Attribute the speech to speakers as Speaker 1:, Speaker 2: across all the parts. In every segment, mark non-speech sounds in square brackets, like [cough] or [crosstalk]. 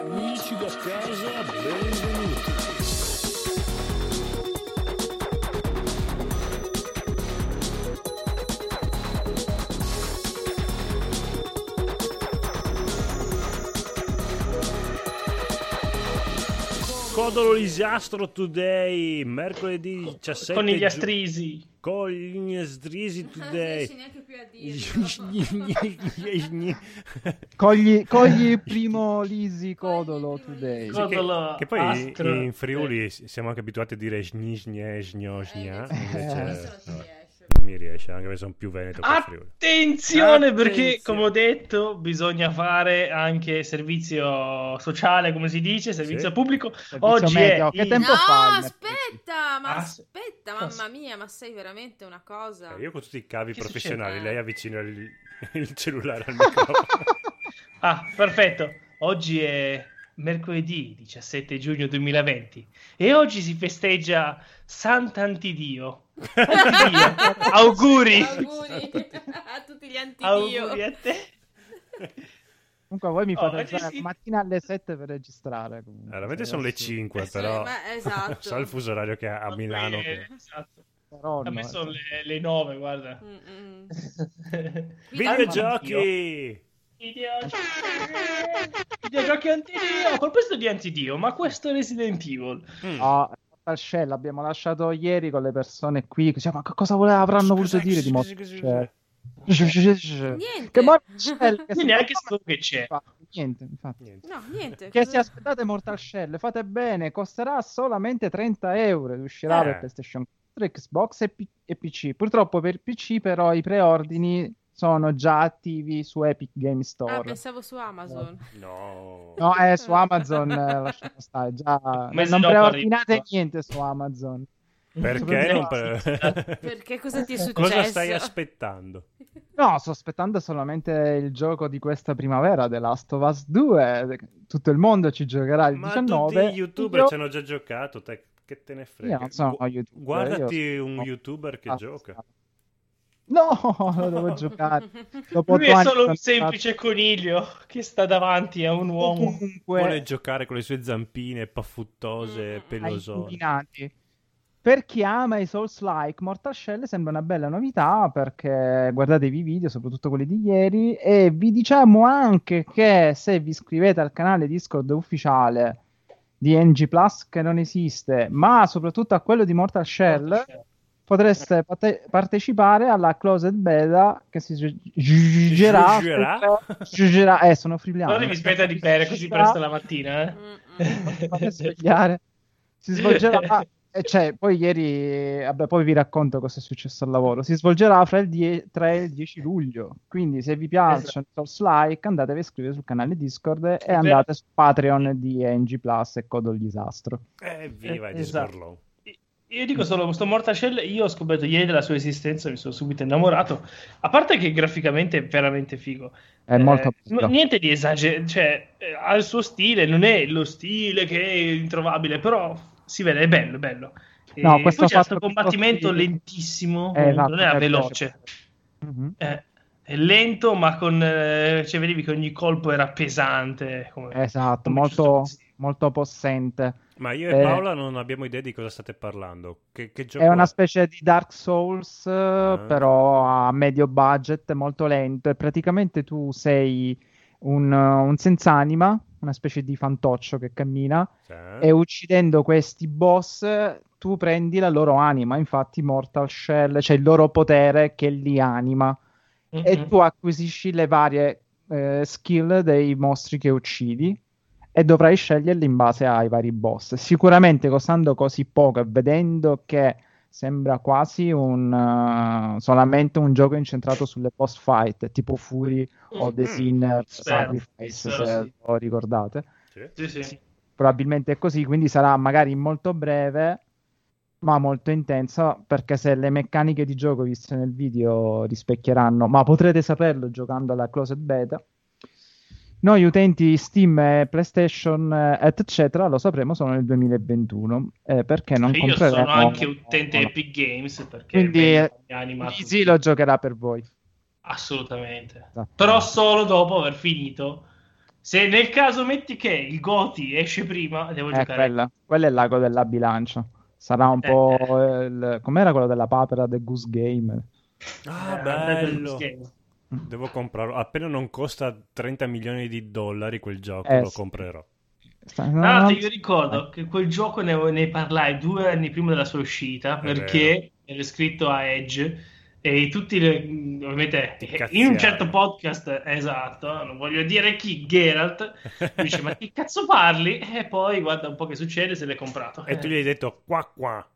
Speaker 1: Amici da casa, benvenuti. Codolo Lisiastro Today, mercoledì 17
Speaker 2: con gli
Speaker 1: giu-
Speaker 2: astrisi.
Speaker 1: Con gli astrisi
Speaker 3: Non riesci
Speaker 1: Today.
Speaker 3: neanche più a dirlo.
Speaker 4: Cogli, cogli il primo Lisi Codolo today.
Speaker 1: Sì, che-
Speaker 3: Ah,
Speaker 2: Codolo,
Speaker 1: che, poi
Speaker 2: astro,
Speaker 1: in Friuli s- siamo anche abituati a dire sgni, sgne, sgno, sgna.
Speaker 3: Eh, invece-
Speaker 1: invece-
Speaker 3: [laughs] adesso Ah! non ci
Speaker 1: vabbè,
Speaker 3: riesce.
Speaker 1: non mi riesce, anche perché sono più veneto che Friuli.
Speaker 2: Attenzione
Speaker 1: Attenzione.
Speaker 2: perché, come ho detto, bisogna fare anche servizio sociale, come si dice, servizio
Speaker 1: Sì.
Speaker 2: pubblico.
Speaker 4: Servizio
Speaker 2: Oggi è
Speaker 4: medio, che
Speaker 2: il-
Speaker 4: tempo-
Speaker 3: No,
Speaker 4: fa il mercoledì.
Speaker 3: aspetta, ma
Speaker 2: Ah, sì.
Speaker 3: aspetta,
Speaker 2: Cosa?
Speaker 3: mamma mia, ma sei veramente una cosa.
Speaker 1: Eh, Io con tutti i cavi
Speaker 2: Che
Speaker 1: professionali,
Speaker 3: succede? Ah.
Speaker 1: lei avvicina il, [laughs] il cellulare
Speaker 3: [laughs]
Speaker 1: al microfono.
Speaker 2: Ah, perfetto. Oggi è mercoledì 17 giugno 2020 e oggi si festeggia Sant'Antidio. Antidio,
Speaker 4: [laughs]
Speaker 1: [laughs]
Speaker 2: auguri.
Speaker 3: Auguri
Speaker 1: Esatto.
Speaker 3: [laughs] a tutti gli antidio. Eh,
Speaker 2: Auguri a te.
Speaker 4: Comunque voi mi
Speaker 2: Oh,
Speaker 4: fate
Speaker 2: oggi
Speaker 4: alzare
Speaker 2: sì.
Speaker 4: la mattina alle 7 per registrare. comunque.
Speaker 1: Eh, Veramente sono le
Speaker 4: Adesso-
Speaker 1: 5,
Speaker 3: eh Sì,
Speaker 1: però...
Speaker 3: cioè,
Speaker 1: [laughs]
Speaker 3: ma- esatto.
Speaker 1: Sa il fuso orario che ha a Milano.
Speaker 2: Eh,
Speaker 1: che-
Speaker 2: esatto.
Speaker 4: Però
Speaker 2: A
Speaker 4: no,
Speaker 2: me
Speaker 4: eh.
Speaker 2: sono le, le 9,
Speaker 4: [laughs]
Speaker 2: guarda.
Speaker 3: Mm, mm.
Speaker 1: Videogiochi!
Speaker 2: Videogiochi Videogiochi antidio. A proposito di antidio, ma questo Resident Evil.
Speaker 1: Mm.
Speaker 4: Ah, Marcella, abbiamo lasciato ieri con le persone qui. Cioè, ma che cosa vole- avranno voluto dire di mo- cioè,
Speaker 3: Niente.
Speaker 4: [laughs] Che Mortal Shell che
Speaker 2: Io
Speaker 4: si-
Speaker 2: neanche so che c'è.
Speaker 4: Niente, infatti.
Speaker 1: Niente.
Speaker 3: No, niente.
Speaker 4: Che
Speaker 3: cosa-
Speaker 4: se aspettate Mortal Shell, fate bene, costerà solamente 30 euro, uscirà
Speaker 1: Eh.
Speaker 4: per PlayStation 4, Xbox e, P- e PC. Purtroppo per PC però i preordini sono già attivi su Epic Game
Speaker 3: Ah,
Speaker 4: Store.
Speaker 3: pensavo su Amazon.
Speaker 1: No.
Speaker 4: No, è
Speaker 3: [laughs]
Speaker 4: su Amazon, eh, lasciamo stare, già
Speaker 2: mese
Speaker 4: non
Speaker 2: dopo
Speaker 4: preordinate
Speaker 2: arriva.
Speaker 4: niente su Amazon.
Speaker 1: Perché non [laughs] per...
Speaker 3: Perché cosa ti è successo?
Speaker 1: Cosa
Speaker 3: [laughs]
Speaker 1: stai aspettando?
Speaker 4: [laughs] No, sto aspettando solamente il gioco di questa primavera, The Last of Us 2. Tutto il mondo ci giocherà il
Speaker 1: Ma
Speaker 4: 19.
Speaker 1: tutti gli youtuber
Speaker 4: Io-
Speaker 1: ci hanno già giocato, te che te ne frega.
Speaker 4: Io non sono
Speaker 1: Gu-
Speaker 4: youtuber,
Speaker 1: Guardati
Speaker 4: io
Speaker 1: un
Speaker 4: sono-
Speaker 1: youtuber che
Speaker 4: Ah,
Speaker 1: gioca.
Speaker 4: No, [laughs] lo
Speaker 2: [laughs]
Speaker 4: devo giocare. Dopo
Speaker 2: Lui
Speaker 4: otto
Speaker 2: è
Speaker 4: anni
Speaker 2: solo
Speaker 4: sono
Speaker 2: un semplice coniglio che sta davanti a un
Speaker 4: stato-
Speaker 2: uomo.
Speaker 4: Comunque,
Speaker 1: Vuole giocare con le sue zampine paffuttose,
Speaker 3: Mm.
Speaker 4: ai
Speaker 1: pelosone.
Speaker 4: combinati. Per chi ama i Souls-like, Mortal Shell sembra una bella novità perché guardatevi i video, soprattutto quelli di ieri, e vi diciamo anche che se vi iscrivete al canale Discord ufficiale di NG Plus, che non esiste, ma soprattutto a quello di Mortal Shell,
Speaker 2: Eh.
Speaker 4: potreste parte- partecipare alla Closed Beta che si gi- giugerà.
Speaker 1: Giugerà?
Speaker 4: giugerà- eh, sono friuliano.
Speaker 2: Allora devi smettere di bere così
Speaker 4: Giugerà-
Speaker 2: presto la mattina, eh?
Speaker 3: Mm, mm.
Speaker 4: fate svegliare. Si svolgerà.
Speaker 2: [laughs]
Speaker 4: ah, e cioè, poi ieri, vabbè, poi vi racconto cosa è successo al lavoro. Si svolgerà fra il 10 tra il 10 luglio. Quindi, se vi piacciono i Souls like, andatevi a iscrivervi sul canale Discord e
Speaker 2: Esatto. Sì,
Speaker 4: andate su Patreon di NG Plus e Codo Disastro.
Speaker 1: Eh, viva
Speaker 2: Eh,
Speaker 1: di
Speaker 2: esatto.
Speaker 1: sborlone.
Speaker 2: Io dico solo, questo Mortal Shell, io ho scoperto ieri della sua esistenza, mi sono subito innamorato. A parte che graficamente è veramente figo.
Speaker 4: È molto
Speaker 2: Eh,
Speaker 4: bello.
Speaker 2: n- Niente di esagerato, cioè, eh, ha il suo stile, non è lo stile che è introvabile, però si vede, è bello, è bello. E
Speaker 4: No,
Speaker 2: poi
Speaker 4: questo
Speaker 2: c'è questo
Speaker 4: fatto-
Speaker 2: combattimento
Speaker 4: sì.
Speaker 2: lentissimo,
Speaker 4: Eh, esatto,
Speaker 2: non era
Speaker 4: è
Speaker 2: veloce.
Speaker 4: Mhm.
Speaker 2: Eh, è lento, ma con, eh, cioè, vedevi che ogni colpo era pesante. eh, come-
Speaker 4: Esatto,
Speaker 2: come
Speaker 4: molto,
Speaker 2: giusto-
Speaker 4: molto possente.
Speaker 1: Ma io e
Speaker 4: Eh.
Speaker 1: Paola non abbiamo idea di cosa state parlando. Che, che gioco
Speaker 4: È una specie di Dark Souls, eh,
Speaker 1: Esatto, Ah.
Speaker 4: però a medio budget, molto lento. E praticamente tu sei un, eh, un senz'anima, una specie di fantoccio che cammina,
Speaker 1: Sì.
Speaker 4: e uccidendo questi boss eh, tu prendi la loro anima. Infatti, Mortal Shell c'è il loro potere che li anima. E
Speaker 2: Mm-mm.
Speaker 4: tu acquisisci le varie eh, skill dei mostri che uccidi e dovrai sceglierli in base ai vari boss. Sicuramente costando così poco e vedendo che sembra quasi un, eh, solamente un gioco incentrato sulle boss fight, tipo Fury o The
Speaker 1: Mm,
Speaker 4: Sinner
Speaker 2: spero,
Speaker 4: Sacrifice,
Speaker 2: spero
Speaker 4: se
Speaker 2: sì.
Speaker 4: lo ricordate.
Speaker 1: Sì.
Speaker 2: Sì, sì.
Speaker 4: Probabilmente è così, quindi sarà magari molto breve ma molto intensa perché se le meccaniche di gioco viste nel video rispecchieranno, ma potrete saperlo giocando alla closed beta. Noi utenti Steam, e PlayStation, eh, eccetera, lo sapremo solo nel 2021, eh, perché non
Speaker 2: Io
Speaker 4: compreremo...
Speaker 2: sono anche utente
Speaker 4: no, no.
Speaker 2: Epic Games perché
Speaker 4: Quindi,
Speaker 2: mi
Speaker 4: eh,
Speaker 2: anima tutto.
Speaker 4: Easy lo giocherà per voi.
Speaker 2: assolutamente.
Speaker 4: Esatto.
Speaker 2: Però solo dopo aver finito Se nel caso metti che il Goti esce prima, devo
Speaker 4: Eh,
Speaker 2: giocare.
Speaker 4: quella, quello è il lago della bilancia. Sarà un
Speaker 2: Eh,
Speaker 4: po'.
Speaker 2: eh.
Speaker 4: il- com'era quello della papera del Goose Game?
Speaker 1: Ah,
Speaker 2: Eh,
Speaker 1: bello.
Speaker 2: perché-
Speaker 4: Ah.
Speaker 1: Devo comprarlo. Appena non costa 30 milioni di dollari quel gioco,
Speaker 4: Eh,
Speaker 1: lo
Speaker 4: sì.
Speaker 1: comprerò.
Speaker 4: Sta-
Speaker 2: Tra l'altro,
Speaker 4: no,
Speaker 2: Ah, io ricordo che quel gioco ne, ne parlai due anni prima della sua uscita
Speaker 1: È
Speaker 2: perché era scritto a Edge e tutti, le- mh, ovviamente,
Speaker 1: Ti
Speaker 2: in
Speaker 1: cazziavi.
Speaker 2: un certo podcast, esatto, non voglio dire chi, Geralt,
Speaker 1: [laughs]
Speaker 2: mi dice ma che cazzo parli? E poi guarda un po' che succede se l'hai comprato. Eh,
Speaker 1: E tu gli hai detto qua qua.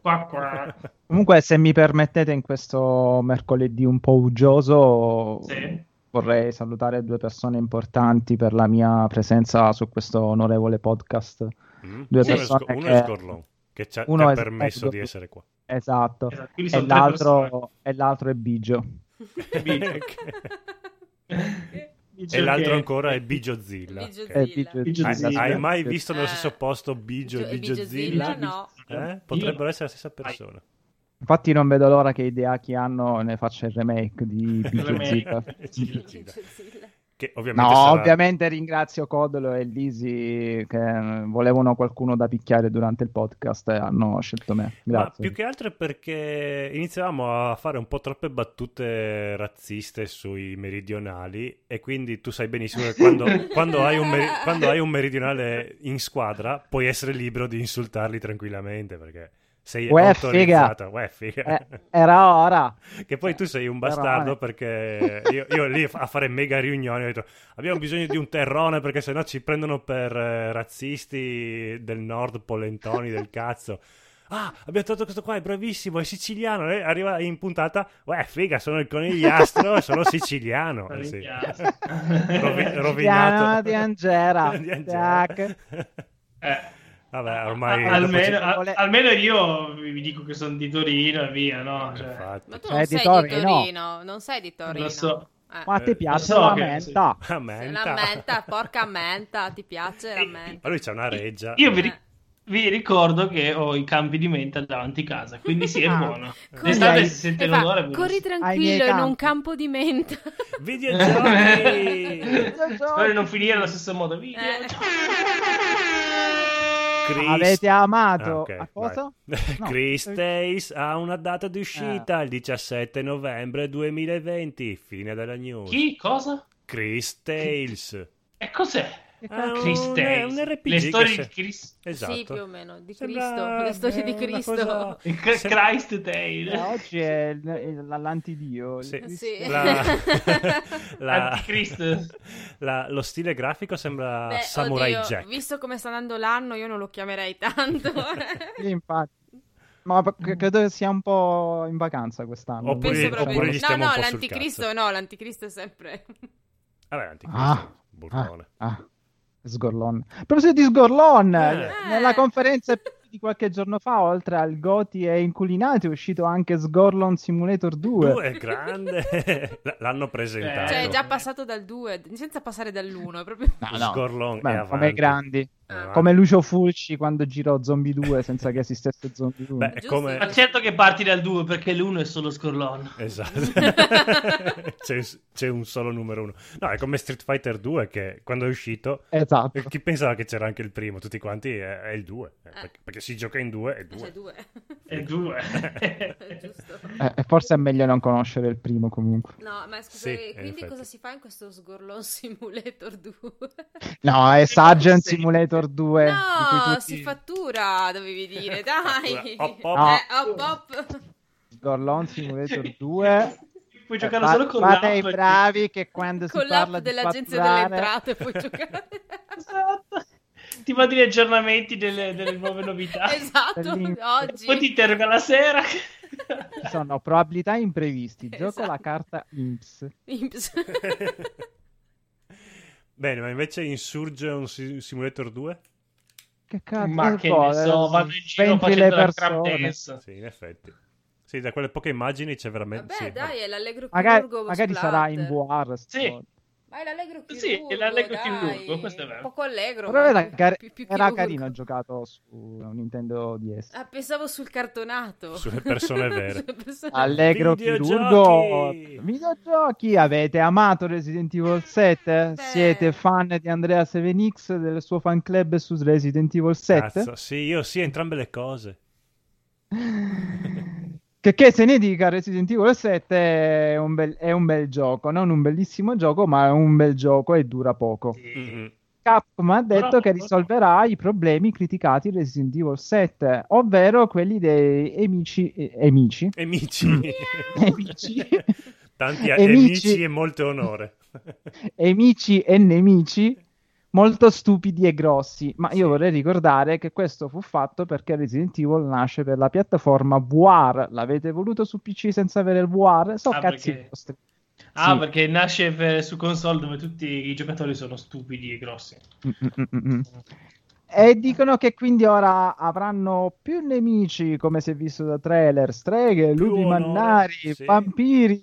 Speaker 2: Qua, qua.
Speaker 4: Comunque, se mi permettete, in questo mercoledì un po' uggioso,
Speaker 2: Sì.
Speaker 4: vorrei salutare due persone importanti per la mia presenza su questo onorevole podcast.
Speaker 1: Mm?
Speaker 4: Due
Speaker 1: uno, è
Speaker 4: persone
Speaker 1: Sco- uno
Speaker 4: che-
Speaker 1: è Scorlon, che ci ha, che
Speaker 4: uno
Speaker 1: ha
Speaker 4: è-
Speaker 1: permesso
Speaker 4: ecco.
Speaker 1: di essere qua.
Speaker 4: Esatto.
Speaker 2: Esatto, quindi
Speaker 4: E
Speaker 2: sono tre
Speaker 4: l'altro, e l'altro è Bigio.
Speaker 3: [laughs]
Speaker 2: persone. [laughs] Dice
Speaker 1: e l'altro
Speaker 2: che-
Speaker 1: ancora è Bigiozilla.
Speaker 3: Bigiozilla.
Speaker 1: Ok.
Speaker 4: È Bigio-
Speaker 2: Bigio
Speaker 4: Hai-
Speaker 2: Zilla.
Speaker 1: Hai mai
Speaker 4: Eh,
Speaker 1: visto nello stesso
Speaker 3: Eh.
Speaker 1: posto Bigio e
Speaker 3: Bigiozilla,
Speaker 1: Bigiozilla?
Speaker 3: no.
Speaker 1: Eh? Potrebbero essere la stessa persona.
Speaker 4: Infatti, non vedo l'ora che idea chi hanno ne faccia il remake di
Speaker 1: [laughs]
Speaker 4: Bigio
Speaker 2: Remake.
Speaker 4: Zilla.
Speaker 1: Bigiozilla.
Speaker 3: Bigiozilla.
Speaker 1: Che ovviamente
Speaker 4: No,
Speaker 1: sarà-
Speaker 4: ovviamente ringrazio Codolo e Lisi che eh, volevano qualcuno da picchiare durante il podcast e hanno scelto me.
Speaker 1: Ma
Speaker 4: Grazie.
Speaker 1: più che altro è perché iniziavamo a fare un po' troppe battute razziste sui meridionali e quindi tu sai benissimo che quando, quando hai, un meri- quando hai un meridionale in squadra puoi essere libero di insultarli tranquillamente perché sei
Speaker 4: Uè,
Speaker 1: autorizzato. Uè, figa.
Speaker 4: Eh, era ora.
Speaker 1: Che poi tu sei un
Speaker 4: Terrone.
Speaker 1: bastardo perché io, io lì a fare mega riunioni ho detto abbiamo bisogno di un terrone perché sennò ci prendono per eh, razzisti del nord, polentoni del cazzo. Ah, abbiamo trovato questo qua, è bravissimo, è siciliano. E arriva in puntata, uè, figa, sono il conigliastro, sono siciliano. Eh sì. [laughs]
Speaker 2: Conigliastro.
Speaker 1: [laughs] Rovi-
Speaker 4: Piano
Speaker 1: rovinato.
Speaker 4: di Angera.
Speaker 1: [laughs] Di Angera.
Speaker 4: Tac.
Speaker 2: Eh.
Speaker 1: Vabbè, ormai...
Speaker 2: Ah,
Speaker 1: dopo
Speaker 2: almeno,
Speaker 1: ci-
Speaker 2: a-
Speaker 4: Vole-
Speaker 2: almeno io vi vi dico che sono di Torino e via, no? Cioè,
Speaker 1: Eh, Infatti.
Speaker 3: Ma tu
Speaker 4: Cioè,
Speaker 3: non
Speaker 4: di
Speaker 3: sei di
Speaker 4: Torino.
Speaker 3: Torino, non sei di
Speaker 2: non
Speaker 3: Torino.
Speaker 2: lo so.
Speaker 3: Eh.
Speaker 4: Ma
Speaker 1: Eh,
Speaker 4: ti piace
Speaker 2: lo so
Speaker 4: la
Speaker 2: che-
Speaker 4: menta?
Speaker 1: [laughs] La
Speaker 3: Sei
Speaker 1: menta.
Speaker 3: Una menta, porca menta, ti piace la
Speaker 2: Eh,
Speaker 1: Ma
Speaker 3: menta?
Speaker 1: lui c'ha una reggia.
Speaker 2: Io vi, ri-
Speaker 3: Eh.
Speaker 2: vi ricordo che ho i campi di menta davanti casa, quindi
Speaker 1: [laughs]
Speaker 2: sì, è
Speaker 4: Ah.
Speaker 2: buono.
Speaker 3: Corri-
Speaker 2: D'estate
Speaker 4: Dai.
Speaker 2: si
Speaker 3: E
Speaker 1: Eh,
Speaker 2: sente
Speaker 3: fa,
Speaker 2: l'odore.
Speaker 3: corri
Speaker 4: Ai miei
Speaker 3: tranquillo in un
Speaker 4: campi.
Speaker 3: campo di menta.
Speaker 1: Videogiochi!
Speaker 2: [laughs]
Speaker 1: [laughs]
Speaker 2: Spero di non finire allo stesso modo. Video.
Speaker 3: Eh.
Speaker 1: Chris-
Speaker 4: Avete amato
Speaker 1: Ah, ok,
Speaker 4: a
Speaker 1: [laughs]
Speaker 4: cosa?
Speaker 1: vai.
Speaker 4: No. Eh,
Speaker 1: Chris Tales ha una data di uscita il 17 novembre 2020, fine della news.
Speaker 2: Chi? Cosa?
Speaker 1: Chris Tales.
Speaker 2: E cos'è?
Speaker 4: Che
Speaker 1: Ah,
Speaker 4: cazzo?
Speaker 2: Chris
Speaker 1: un-
Speaker 2: Tales.
Speaker 1: è un RPG
Speaker 2: Le
Speaker 1: che
Speaker 2: storie
Speaker 1: se-
Speaker 2: di Chris.
Speaker 1: [laughs] Esatto.
Speaker 3: Sì, più o meno, di
Speaker 1: Sembra-
Speaker 3: Cristo, le storie
Speaker 1: eh,
Speaker 3: di
Speaker 1: una [laughs]
Speaker 3: Cristo.
Speaker 1: cosa-
Speaker 2: Il Cr-
Speaker 1: se-
Speaker 2: Christ
Speaker 4: Eh,
Speaker 2: Tale.
Speaker 4: oggi è il- il- la- l'antidio.
Speaker 1: Sì.
Speaker 4: Il-
Speaker 3: Sì.
Speaker 1: La- [laughs] la-
Speaker 2: Anticristo.
Speaker 1: la- lo stile grafico sembra
Speaker 3: Beh,
Speaker 1: Ah, Samurai
Speaker 3: oddio,
Speaker 1: Jack.
Speaker 3: Visto come sta andando l'anno, io non lo chiamerei tanto. eh.
Speaker 4: Sì, infatti. Ma p- credo che sia un po' in vacanza quest'anno.
Speaker 1: Oppure-
Speaker 3: [laughs] Penso proprio
Speaker 1: oppure
Speaker 3: di-
Speaker 1: gli
Speaker 3: No,
Speaker 1: stiamo un
Speaker 3: no,
Speaker 1: po' sul
Speaker 3: l'anticristo
Speaker 1: cazzo.
Speaker 3: no, l'anticristo è sempre
Speaker 1: Vabbè, anticristo,
Speaker 4: Ah,
Speaker 1: burlone.
Speaker 4: Ah, sgorlon. A proposito di sgorlon,
Speaker 1: Eh.
Speaker 3: [laughs]
Speaker 4: nella conferenza di qualche giorno fa, oltre al Goti e Inculinato, è uscito anche Sgorlon Simulator 2.
Speaker 1: Tu è grande. [laughs] L- L'hanno presentato.
Speaker 3: Cioè, è
Speaker 2: Certo.
Speaker 3: già passato dal 2, senza passare dall'1, è proprio...
Speaker 4: No, no.
Speaker 1: Sgorlone
Speaker 4: Beh,
Speaker 1: è
Speaker 4: come i
Speaker 1: avanti. Ah.
Speaker 4: grandi,
Speaker 1: Avanti.
Speaker 4: come Lucio Fulci quando girò Zombie 2 senza che esistesse Zombie 2.
Speaker 1: Beh, [laughs] è
Speaker 3: Giusto.
Speaker 1: come...
Speaker 2: Ma certo che parti dal 2 perché l'1 è solo scorlone.
Speaker 3: [laughs]
Speaker 1: Esatto, c'è, c'è un solo numero uno. No, è come Street Fighter 2 che quando è uscito,
Speaker 4: Esatto.
Speaker 1: eh, chi pensava che c'era anche il primo? Tutti quanti è, è il 2,
Speaker 3: Eh.
Speaker 1: perché, perché si gioca in due e
Speaker 3: Ma c'è
Speaker 1: due.
Speaker 3: 2.
Speaker 2: È eh.
Speaker 3: [laughs]
Speaker 2: 2.
Speaker 3: Cioè, Giusto.
Speaker 4: Eh, forse è meglio non conoscere il primo comunque.
Speaker 3: No, ma
Speaker 1: Sì,
Speaker 3: scusa, eh,
Speaker 1: in
Speaker 3: quindi
Speaker 1: effetti.
Speaker 3: cosa si fa in questo Sgorlon Simulator 2?
Speaker 4: No, è Sargent
Speaker 2: Sì.
Speaker 4: Simulator 2. di cui
Speaker 3: no,
Speaker 4: tutti-
Speaker 3: si fattura, dovevi
Speaker 1: [laughs]
Speaker 3: dire, dai!
Speaker 1: Hop, hop.
Speaker 3: Eh, hop, hop.
Speaker 4: Sgorlon
Speaker 3: [laughs]
Speaker 4: Simulator 2.
Speaker 2: Puoi giocare
Speaker 4: Fa-
Speaker 2: solo con
Speaker 4: fate i
Speaker 2: l'app.
Speaker 4: bravi che quando si
Speaker 3: Con l'app
Speaker 4: parla di
Speaker 3: dell'agenzia
Speaker 4: fatturare-
Speaker 3: delle entrate
Speaker 4: [laughs]
Speaker 3: puoi giocare.
Speaker 2: Esatto. Ti mandi gli aggiornamenti delle, delle nuove novità.
Speaker 3: [laughs] esatto,
Speaker 4: Bellissimo.
Speaker 3: oggi.
Speaker 2: Poi ti interroga la sera.
Speaker 4: Ci sono probabilità imprevisti. Gioco la
Speaker 3: Esatto.
Speaker 4: carta IMPS.
Speaker 3: Imps.
Speaker 1: [laughs] Bene, ma invece Insurgeon Si- Simulator 2?
Speaker 4: Che cazzo
Speaker 2: Ma che
Speaker 4: so,
Speaker 2: ne so,
Speaker 4: eh,
Speaker 2: vanno in giro
Speaker 4: sventri
Speaker 2: facendo
Speaker 4: le
Speaker 2: la crap
Speaker 4: persone.
Speaker 2: dance.
Speaker 1: Sì, in effetti. Sì, da quelle poche immagini c'è veramente...
Speaker 3: Vabbè,
Speaker 1: sì,
Speaker 3: dai, è l'allegro
Speaker 4: Magari,
Speaker 3: chirurgo
Speaker 4: magari
Speaker 3: splatter.
Speaker 4: sarà in VR. sto-
Speaker 2: Sì.
Speaker 3: Ma è l'allegro
Speaker 2: Sì,
Speaker 3: chirurgo.
Speaker 2: è l'allegro
Speaker 3: dai.
Speaker 2: chirurgo, questo è vero.
Speaker 3: Un poco allegro.
Speaker 4: Però
Speaker 3: ma
Speaker 4: era,
Speaker 3: più-
Speaker 4: car-
Speaker 3: più- più
Speaker 4: era
Speaker 3: chirurgo.
Speaker 4: carino giocato su Nintendo DS.
Speaker 3: Ah, pensavo sul cartonato.
Speaker 1: Sulle
Speaker 3: [laughs]
Speaker 1: persone vere.
Speaker 3: Sulle persone-
Speaker 4: [laughs] Allegro
Speaker 1: Videogiochi!
Speaker 4: chirurgo. Videogiochi, avete amato Resident Evil 7?
Speaker 3: Beh.
Speaker 4: Siete fan di Andrea 7X del suo fan club su Resident Evil 7?
Speaker 1: Cazzo, sì, io sì, entrambe le cose.
Speaker 4: Che, che se ne dica, Resident Evil 7 è un, bel, è un bel gioco, non un bellissimo gioco, ma è un bel gioco e dura poco.
Speaker 2: Sì.
Speaker 1: Mm-mm.
Speaker 4: Capcom ha detto
Speaker 2: Bravo,
Speaker 4: che
Speaker 2: bravo.
Speaker 4: risolverà i problemi criticati di Resident Evil 7, ovvero quelli dei amici, eh, amici,
Speaker 1: E Amici.
Speaker 4: [laughs] Amici.
Speaker 1: Tanti
Speaker 4: E
Speaker 1: a- e
Speaker 4: amici.
Speaker 1: amici e molto onore.
Speaker 4: amici e nemici molto stupidi e grossi. Ma io
Speaker 1: Sì.
Speaker 4: vorrei ricordare che questo fu fatto perché Resident Evil nasce per la piattaforma VR. L'avete voluto su PC senza avere il VR? So
Speaker 2: Ah,
Speaker 4: cazzi
Speaker 2: perché-
Speaker 4: vostri.
Speaker 2: Ah,
Speaker 4: Sì.
Speaker 2: perché nasce per- su console dove tutti i giocatori sono stupidi e grossi.
Speaker 4: Mm-mm-mm-mm. E dicono che quindi ora avranno più nemici, come si è visto da trailer, streghe,
Speaker 1: Più
Speaker 4: lupi
Speaker 1: onore,
Speaker 4: mannari,
Speaker 1: sì.
Speaker 4: vampiri,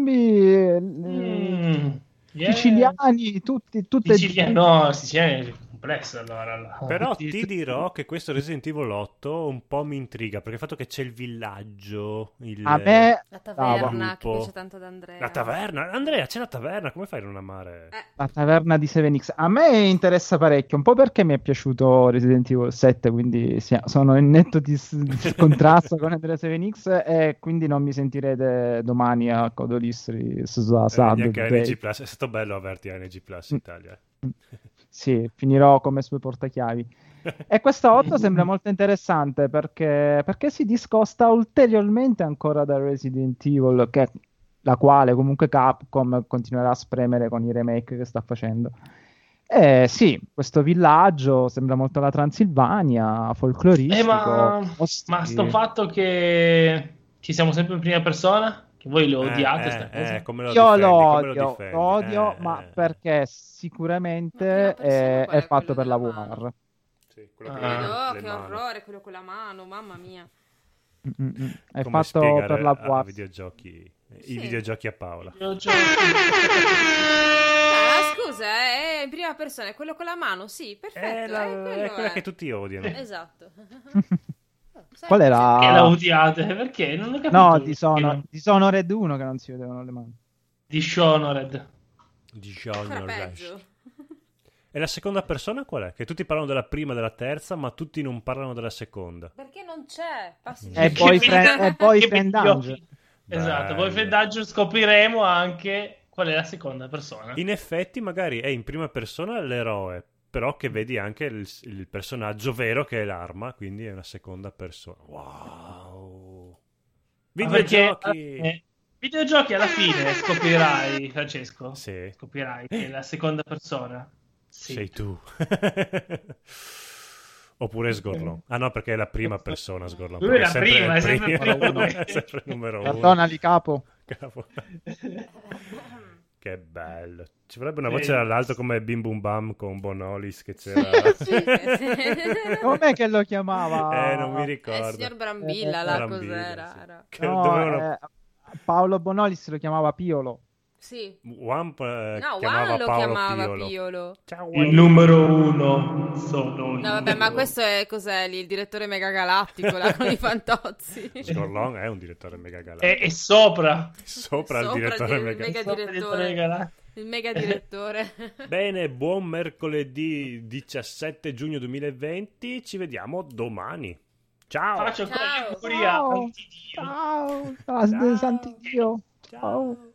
Speaker 4: zombie, eh,
Speaker 2: Mm. Yeah.
Speaker 4: siciliani, tutti, tutte
Speaker 2: Sicilia, no, Sicilia è complesso allora. allora.
Speaker 4: Ah,
Speaker 1: Però ti dirò che questo Resident Evil 8 un po' mi intriga, perché il fatto che c'è il villaggio, il-
Speaker 4: A me
Speaker 3: La taverna
Speaker 1: Bravo.
Speaker 3: che piace tanto ad Andrea.
Speaker 1: Ah, la taverna. Andrea, c'è la taverna, come fai a non amare?
Speaker 3: Eh.
Speaker 4: La taverna di 7X a me interessa parecchio, un po' perché mi è piaciuto Resident Evil 7, quindi sia- sono in netto dis- dis- contrasto con Andrea 7X e quindi non mi sentirete domani a Codolistri su su-
Speaker 1: Eh,
Speaker 4: Sub.
Speaker 1: neanche
Speaker 4: Play.
Speaker 1: ANG Plus. È stato bello averti ANG Plus
Speaker 4: Mm.
Speaker 1: in
Speaker 4: [laughs]
Speaker 1: Italia.
Speaker 4: Sì, finirò come sue portachiavi. E questa
Speaker 2: [laughs]
Speaker 4: 8 sembra molto interessante perché, perché si discosta ulteriormente ancora da Resident Evil, che- la quale comunque Capcom continuerà a spremere con i remake che sta facendo. Eh, sì, questo villaggio sembra molto la Transilvania, folcloristico.
Speaker 2: Eh, ma,
Speaker 4: ostile.
Speaker 2: ma sto fatto che ci siamo sempre in prima persona, che voi lo
Speaker 1: Eh,
Speaker 2: odiate
Speaker 1: eh,
Speaker 2: sta cosa.
Speaker 1: eh, come lo
Speaker 4: Io
Speaker 1: difendi,
Speaker 4: lo
Speaker 1: come lo
Speaker 4: odio,
Speaker 1: difendi?
Speaker 4: lo odio,
Speaker 1: Eh,
Speaker 4: ma
Speaker 1: eh.
Speaker 4: perché
Speaker 3: Ma
Speaker 4: sicuramente
Speaker 3: prima persona
Speaker 4: eh,
Speaker 3: qual
Speaker 4: è
Speaker 3: è
Speaker 4: fatto per
Speaker 3: quella
Speaker 4: la
Speaker 3: della mano?
Speaker 4: VR.
Speaker 1: Sì, quello
Speaker 2: Ah.
Speaker 1: con le- le
Speaker 3: No, Oh, che
Speaker 1: mani.
Speaker 3: orrore, quello con la mano, mamma mia.
Speaker 4: Mm, mm, mm. È
Speaker 1: Come
Speaker 4: fatto
Speaker 1: spiegare
Speaker 4: per la
Speaker 1: a- a
Speaker 4: VR.
Speaker 1: videogiochi-
Speaker 3: Sì.
Speaker 1: i videogiochi a Paola.
Speaker 2: Io gioco.
Speaker 3: Ah, scusa, è in prima persona, è quello con la mano, sì, perfetto.
Speaker 1: È, la-
Speaker 3: eh, quello
Speaker 1: è quella
Speaker 3: è.
Speaker 1: che tutti odiano.
Speaker 4: [laughs]
Speaker 3: Esatto. Oh, Sai-
Speaker 4: Qual era?
Speaker 2: Perché la odiate? Perché? Non ho capito.
Speaker 4: No,
Speaker 2: perché
Speaker 4: Dishonored,
Speaker 2: non-
Speaker 4: Dishonored 1 che non si vedevano le mani.
Speaker 2: Dishonored.
Speaker 3: Ancora
Speaker 1: Dishonored.
Speaker 3: peggio.
Speaker 1: E la seconda persona qual è? Che tutti parlano della prima e della terza, ma tutti non parlano della seconda.
Speaker 3: Perché non c'è? Passi
Speaker 1: E
Speaker 4: E
Speaker 2: Che
Speaker 4: poi,
Speaker 2: bella-
Speaker 4: Fre- e poi
Speaker 2: che
Speaker 4: Friend
Speaker 2: bello.
Speaker 4: Dungeon.
Speaker 2: Esatto,
Speaker 1: Bello.
Speaker 2: poi Friend Dungeon scopriremo anche qual è la seconda persona.
Speaker 1: In effetti, magari è in prima persona l'eroe, però che vedi anche il, il personaggio vero che è l'arma, quindi è una seconda persona. Wow!
Speaker 2: Ma Ah, perché
Speaker 1: Videogiochi!
Speaker 2: eh, videogiochi alla fine scoprirai, Francesco.
Speaker 1: Sì,
Speaker 2: Scoprirai che la seconda persona. Sì.
Speaker 1: sei tu. [laughs] Oppure Sgorlon. Ah no, perché è la prima persona Sgorlon.
Speaker 2: Lui è
Speaker 1: perché
Speaker 2: la prima, è sempre
Speaker 1: il
Speaker 2: primo
Speaker 1: primo,
Speaker 2: lui.
Speaker 1: [laughs] è sempre il numero uno.
Speaker 4: Perdona di capo.
Speaker 1: Cavolo. Che bello. Ci vorrebbe una
Speaker 2: Sì.
Speaker 1: voce dall'alto come Bim Bum Bam con Bonolis che c'era. [laughs]
Speaker 4: Com'è che lo chiamava?
Speaker 1: Eh, non mi
Speaker 3: Eh,
Speaker 1: ricordo.
Speaker 3: signor Brambilla, là
Speaker 1: Brambilla,
Speaker 3: cos'era?
Speaker 1: sì.
Speaker 3: Era-
Speaker 1: Che
Speaker 4: No,
Speaker 1: dovevano...
Speaker 4: eh, Paolo Bonolis lo chiamava Piolo.
Speaker 3: [laughs] Sì.
Speaker 1: Wamp eh,
Speaker 3: No,
Speaker 1: chiamava
Speaker 3: Juan lo
Speaker 1: Paolo
Speaker 3: chiamava
Speaker 1: Piolo.
Speaker 3: Piolo.
Speaker 1: Ciao,
Speaker 2: Il
Speaker 1: Juan.
Speaker 2: numero uno sono io.
Speaker 3: No, vabbè, ma questo è cos'è lì? Il direttore megagalattico là
Speaker 1: [laughs]
Speaker 3: con i fantozzi.
Speaker 1: Sgorlon è un direttore mega galattico.
Speaker 2: è, è sopra.
Speaker 1: Sopra, il
Speaker 3: Sopra
Speaker 1: direttore
Speaker 3: il
Speaker 1: mega
Speaker 3: mega-
Speaker 2: Sopra
Speaker 3: direttore.
Speaker 2: direttore Galà.
Speaker 3: Il mega direttore.
Speaker 1: Bene, buon mercoledì 17 giugno 2020. Ci vediamo domani. Ciao.
Speaker 2: Faccio ancora
Speaker 3: Ciao.
Speaker 2: l'auguria
Speaker 4: Ciao.
Speaker 2: antidio.
Speaker 4: Ciao, ah,
Speaker 1: Ciao.
Speaker 4: santi Dio. Ciao.